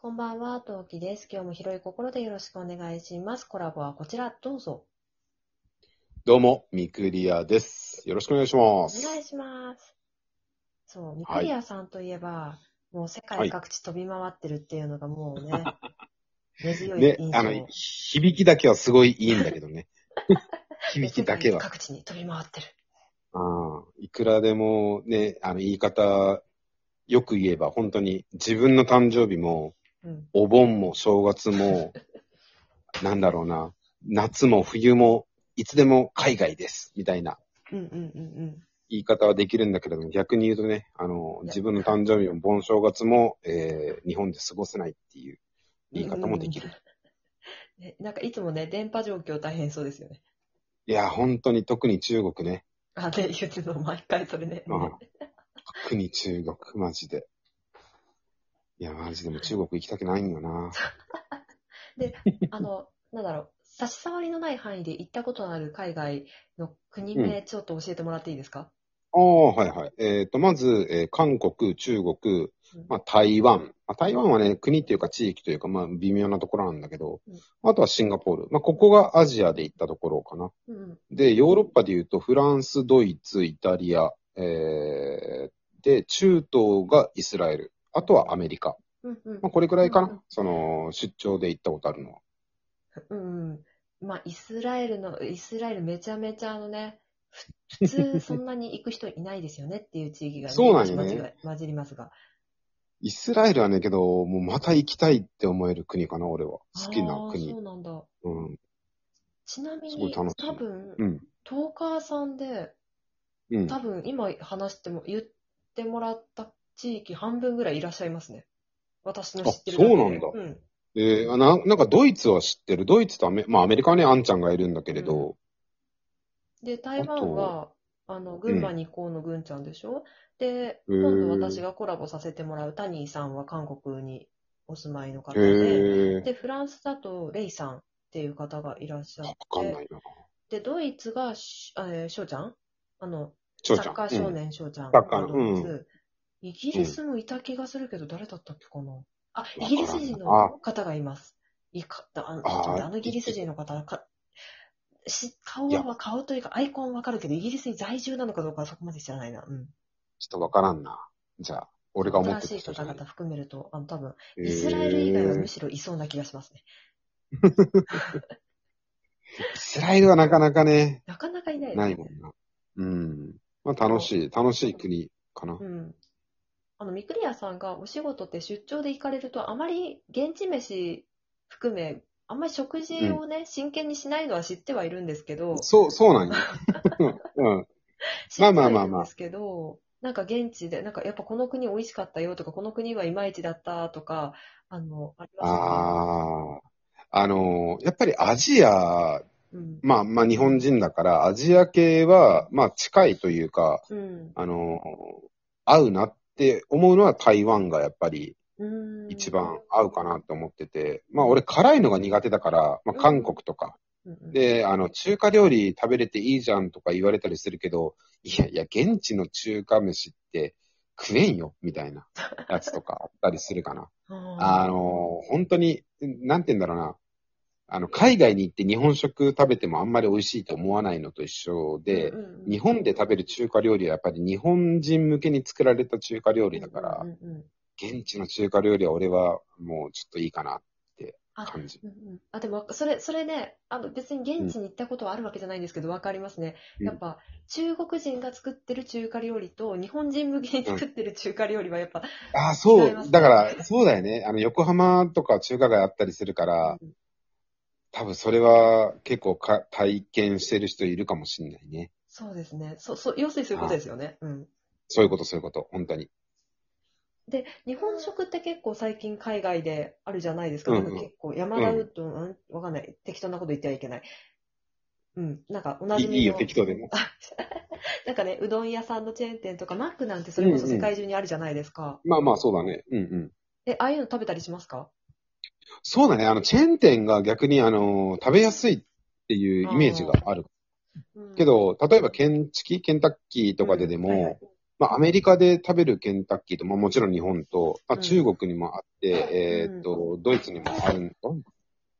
こんばんは、トウキです。今日も広い心でよろしくお願いします。コラボはこちら、どうぞ。どうも、ミクリアです。よろしくお願いしまお願す。いします。そう、ミクリアさんといえば、もう世界各地飛び回ってるっていうのがもうね、 根強いね印、象。あの、響きだけはすごいいいんだけ どね。響きだけ世界は。各地に飛び回ってる。あーいくらでもね、あの、言い方、よく言えば本当に自分の誕生日も、うん。お盆も正 月も、なんだろうな、夏も冬も、いつでも海外です、みたいなうんうんうんうん。言い方はできるんだけれども、逆に言うとね、あの、自分の誕生日も盆正月も、えー日本で過ごせないっていう言い方もできる。ね、なん かいつもね、電波状況大変そうですよね。いや、本当に特に中 国ね。あ、で、言ってるの毎回それね。うん特に中国、マジで。いや、マジでもう中国行きたくないん よな。あの、なんだろう、差し障りのない範囲で行ったことのある海外の国名、ちょっと教えてもらっていいですか、ああ、はいはい。えっ、と、まず、えー韓国、中国、まあ、台湾。まあ、台湾はね、国っていうか地域というか、まあ、微妙なところなんだけどうん、あとはシンガポール。まあ、ここがアジアで行ったところかな。うんうん、で、ヨーロッパで言うと、フランス、ドイツ、イタリア、えー、で、中東がイスラエル。あとはアメリカ。うんうんまあ、これくらいかうんな。その、出張で行ったことあるのは。うんうん。まあ、イスラエルの、イスラエルめちゃめちゃあのね、ふ普通そんなに行く人いないですよねっていう地域が、そうなんよね混じり混じりますが。イスラエルはねけど、もうまた行きたいって思える国かな、俺は。好きなあー国そ。うなんだ。うん。ちなみすごに、い楽しい多分、うん。トーカーさんで、うん。多分今話しても、言ってもらった地域半分ぐらいいらっしゃいますね。私の知ってるだけで。あそうなんだうん。えー、ななんかドイツは知ってる。ドイツとアメ、まあアメリカはね、アンちゃんがいるんだけれど、で、台湾は、あの、群馬に行こうのぐんちゃんでしょ、で、へー今度私がコラボさせてもらうタニーさんは韓国にお住まいの方へで、えー、で、フランスだとレイさんっていう方がいらっしゃっわかんなて、いな。で、ドイツがし、えー、しょうちゃんあの、ちサょうちゃッん。カー少うん。年しょうちゃんサッカがーのドイツ、うイギリスもいた気がするけど、誰だったっけかなあ、イギリス人わからの方んがいます。いいかった。あの、ちあーょっとねあのイギリス人の方か、し顔いやは、顔というか、アイコンわかるけど、イギリスに在住なのかどうかはそこまで知らないな。うん。ちょっとわからんな。じゃあ、俺が思っ新てたしい人じ方ゃない。々含めると、あの、多分、えイスラエル以外はむー、しろいそうな気がしますね。イスラエルはなかなかね、なかなかいないですねないもんな。うん。まあ楽しい、楽しい国かな。うん。あの、ミクリアさんがお仕事って出張で行かれると、あまり現地飯含め、あんまり食事をね、真剣にしないのは知ってはいるんですけど、そう、そ うなんよ。うん。知ってまはあいまあまあるんまあですけど、なんか現地で、なんかやっぱこの国美味しかったよとか、この国はいまいちだったとか、あの、ありますよね。ああ、あのーやっぱりアジア、うん。まあまあ日本人だから、アジア系は、まあ近いというか、うん。あのー合うなって思うのは台湾がやっぱりうん。一番合うかなと思ってて、まあ俺辛いのが苦手だから、まあ韓国とか、うんうん。で、あの中華料理食べれていいじゃんとか言われたりするけど、いやいや、現地の中華飯って食えんよ、みたいなやつとかあったりするかな。ああの、本当に、なんて言うんだろうな。あの、海外に行って日本食食べてもあんまり美味しいと思わないのと一緒ーでう、んうんうん日本で食べる中華料理はやっぱり日本人向けに作られた中華料理だかうらん、うんうんうん現地の中華料理は俺はもうちょっといいかなって感じ。うんうんあ、でも、それ、それね、あの、別に現地に行ったことはあるわけじゃないんですけど、わかりますね。うんやっぱ、中国人が作ってる中華料理と、日本人向けに作ってる中華料理は、やっぱ、ああ、そ違いますう。ねだから、そうだよね。あの、横浜とか中華街あったりするから、うん多分それは結構か体験してる人いるかもしんないね。そうですね。そう、そう、要するにそういうことですよね。うん。そういうこと、そういうこと。本当に。で、日本食って結構最近海外であるじゃないですか。うんうんなんか結構、山田うどん、うんわかんない。適当なこと言ってはいけない。うん。なんか、おないじみいのいいよ、適当でも。 なんかね、うどん屋さんのチェーン店とか、マックなんてそれこそ世界中にあるじゃないですか。まあまあ、そうだね。うんうん。え、ああいうの食べたりしますかそうだね。あの、チェーン店が逆に、あの、食べやすいっていうイメージがある。うんけど、例えば、ケンチキ、ケンタッキーとかででうんはいはもい、まあ、アメリカで食べるケンタッキーと、まあ、もちろん日本と、まあ、うん中国にもあって、えうんーっと、ドイツにもあるん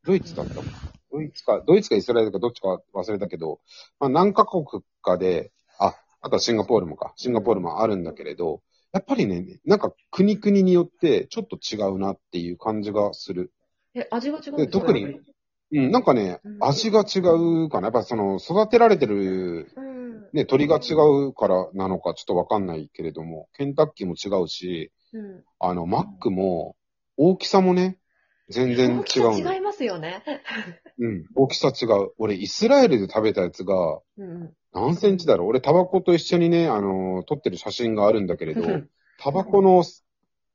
ドイツだったかなドイツか、ドイツかイスラエルかどっちか忘れたけど、まあ、何カ国かで、あ、あとはシンガポールもか、シンガポールもあるんだけれど、やっぱりね、なんか国国によってちょっと違うなっていう感じがする。え、味が違うんですかで特にやっぱりうん、なんかねう、ん味が違うかな。やっぱその育てられてるうん。ね、鳥が違うからなのかちょっとわかんないけれども、ケンタッキーも違うし、うん。あの、マックも、大きさもね、全然大違きうさの。違いますよね。うん、大きさ違う。俺、イスラエルで食べたやつが、うん。、何センチだろう俺、タバコと一緒にね、あのー撮ってる写真があるんだけれどタバコの、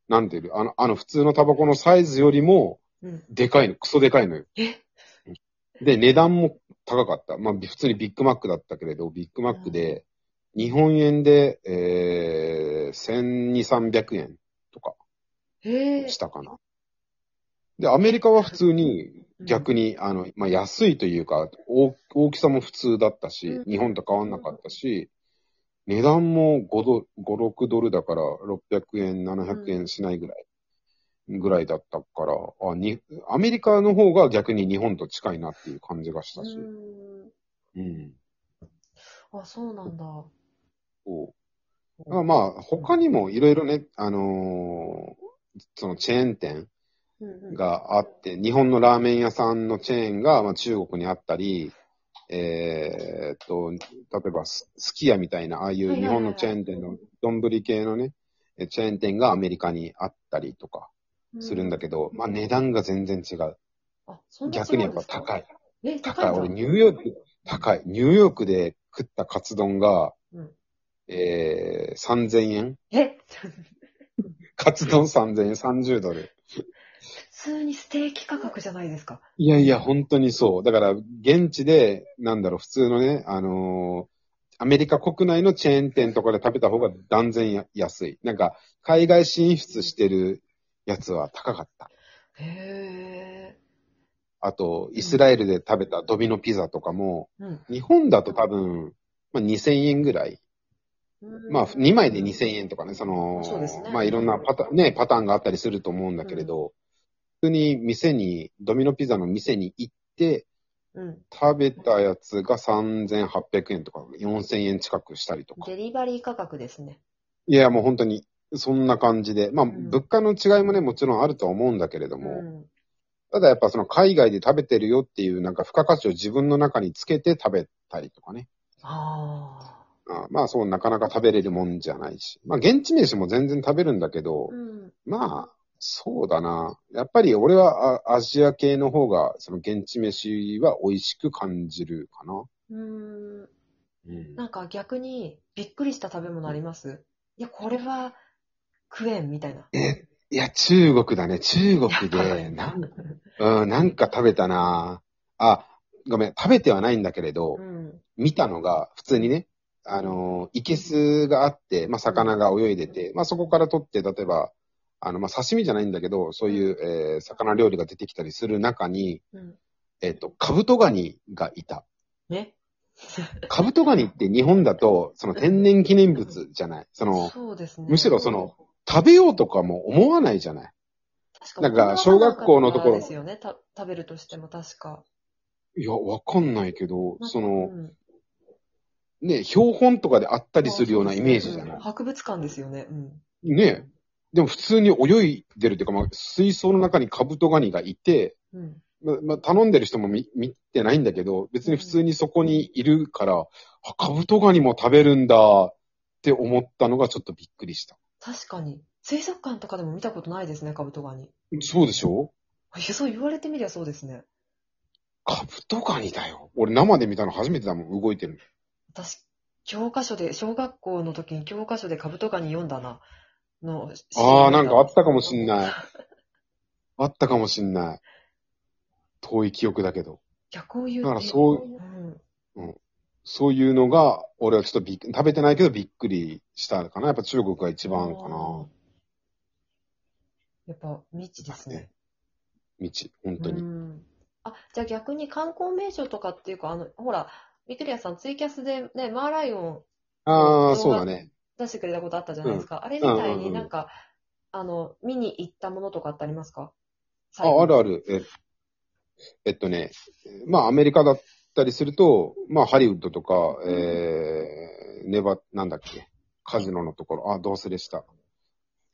なんていうのあの、あの、普通のタバコのサイズよりも、うん。でかいの、クソでかいのよ。えで、値段も高かった。まあ、び普通にビッグマックだったけれど、ビッグマックで、日本円で、えー、1200、300円とかへえ。したかな。で、アメリカは普通に、逆に。に、あの、まあ、安いというか、大大きさも普通だったしう、ん日本と変わんなかったし、値段も5ドル、5、6ドルだから、600円、700円しないぐらい、ぐらいだったから、あに、アメリカの方が逆に日本と近いなっていう感じがしうたし、ん。うん。あ、そうなんだ。こうだからまあ、他にもいろいろね、あのーそのチェーン店うんうん、があって、日本のラーメン屋さんのチェーンが、まあ、中国にあったり、えーっと、例えばす、すき家みたいな、ああいう日本のチェーン店の、丼系のね、えチェーン店がアメリカにあったりとかするんだけど、まあ値段が全然違う。ど、あそんな違逆にやうっんでぱすか高い。え、高高い。い俺、んだ。ニューヨーク、高い。ニューヨークで食ったカツ丼が、うんえー、3000円え、カツ丼3000円、30ドル。普通にステーキ価格じゃないですか。いやいや、本当にそう。だから、現地で、なんだろう、普通のね、あのーアメリカ国内のチェーン店とかで食べた方が断然や安い。なんか、海外進出してるやつは高かった。へえ。あと、イスラエルで食べたドミノピザとかも、うん。日本だと多分、まあ、2000円ぐらい。まあ、2枚で2000円とかね、その、そうですねまあ、いろんなパターン、ね、パターンがあったりすると思うんだけれど、普通に店に、ドミノピザの店に行って、うん。食べたやつが3800円とか4000円近くしたりとか。デリバリー価格ですね。いや、もう本当に、そんな感じで。まあ、うん物価の違いもね、もちろんあるとは思うんだけれどうも、ん。ただやっぱその海外で食べてるよっていうなんか付加価値を自分の中につけて食べたりとかね。ああ。あまあそう、なかなか食べれるもんじゃないし。まあ現地飯も全然食べるんだけど、うん。まあ、そうだな。やっぱり俺はあアジア系の方が、その現地飯は美味しく感じるかな。うん。うんなんか逆にびっくりした食べ物ありますいや、これは食えんみたいな。いや、中国だね。中国やっ で、ぱなん、うん、なんか食べたなあ、ごめん、食べてはないんだけれどう、ん。見たのが、普通にね、あのー、いけすがあって、まあ、魚が泳いでて、まあ、そこから取って、例えば、あの、まあ、刺身じゃないんだけど、そういう、えー魚料理が出てきたりする中に、うん。えっと、カブトガニがいた。ね。カブトガニって日本だと、その天然記念物じゃない。その、そうですね。むしろその、食べようとかも思わないじゃない。確か、なんか小学校のところですよね。た食べるとしても確か。いや、わかんないけど、そのう、んね、標本とかであったりするようなイメージじゃうんない。博物館ですよね。うん。ね。でも普通に泳いでるっていうか、まあ、水槽の中にカブトガニがいて、うん。まあ、まあ、頼んでる人も見、見てないんだけど、別に普通にそこにいるから、あカブトガニも食べるんだって思ったのがちょっとびっくりした。確かに。水族館とかでも見たことないですね、カブトガニ。いそうでしょや、そう言われてみりゃそうですね。カブトガニだよ。俺生で見たの初めてだもん、動いてる私、教科書で、小学校の時に教科書でカブトガニ読んだな。の。の。ああ、なんかあったかもしんい。ない。あったかもしんない。遠い記憶だけど。いや、こういう。だからそううん。そういうのが、俺はちょっとびっく食べてないけどびっくりしたかな。やっぱ中国が一番かな。。やっぱ未知ですね。道、本当うに。ん。あ、じゃあ逆に観光名所とかっていうか、あの、ほら、ミクリアさんツイキャスでね、マーライオンああ、そうだね。出してくれたことあったじゃないですか。あれみたいになんか、あの、見に行ったものとかってありますか最あ、後あるある。ええっとね、まあ、アメリカだったりすると、まあ、ハリウッドとか、えー、ネバ、なんだっけ、カジノのところ、あ、どうすれした。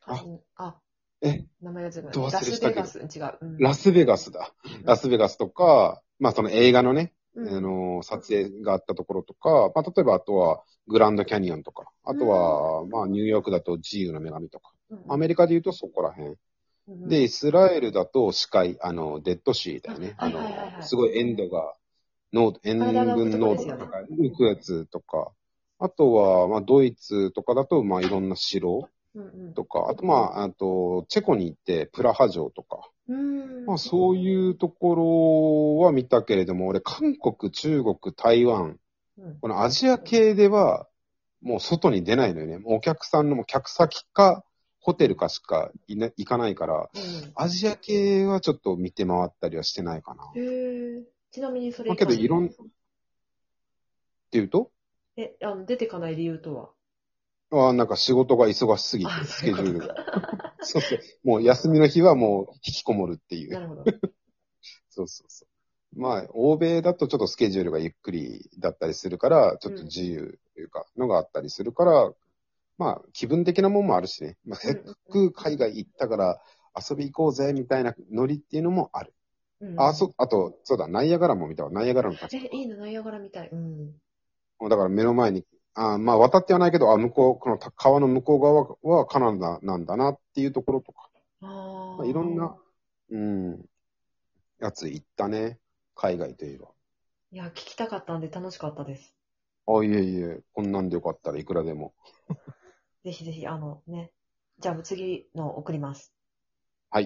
ああ、え、名前がずいぶんどうラ忘れスしたベけどガス、違う。うんラスベガスだ。ラスベガスとか、まあ、その映画のね、うんあの、撮影があったところとか、まあ、例えばあとは、グランドキャニオンとか、あとは、まあ、ニューヨークだと自由の女神とか、アメリカで言うとそこら辺。うんで、イスラエルだと死海、あの、デッドシーだよね。ああはいはいはいはいの、すごい塩度が、濃度、塩分体が浮くとこ濃です度よねとか、浮くやつとか、あとは、まあ、ドイツとかだと、まあ、いろんな城うんうんとか、あと、まあ、あと、チェコに行って、プラハ城とか、うんまあ、そういうところは見たけれども、俺、韓国、中国、台湾、うんこのアジア系では、もう外に出ないのよね。もうお客さんのもう客先か、ホテルかしかいな行かないから、うんアジア系はちょっと見て回ったりはしてないかな。へーちなみにそれまあ、以け外ど、にいろん、っていうと、え、あの、出てかない理由とはああ、なんか仕事が忙しすぎてあ、スそういケうジこュとールが。そうそう。もう休みの日はもう引きこもるっていなう。るほど。そうそうそう。まあ、欧米だとちょっとスケジュールがゆっくりだったりするから、ちょっと自由というか、のがあったりするから、まあ、気分的なもんもあるしね。まあ、せっかく海外行ったから遊び行こうぜ、みたいなノリっていうのもある。うんあ、そ、あと、そうだ、ナイアガラも見たわ。ナイアガラの滝え、いいの、ナイアガラみたい。うん。もうだから目の前に、あーまあ渡ってはないけど、あ、向こう、このた川の向こう側はカナダなんだなっていうところとか、あまあ。あ、いろんな。、うん、やつ行ったね。海外といえば。いや、聞きたかったんで楽しかったです。あ、いえいえ、こんなんでよかったらいくらでも。ぜひぜひ、あのね。じゃあ次の送ります。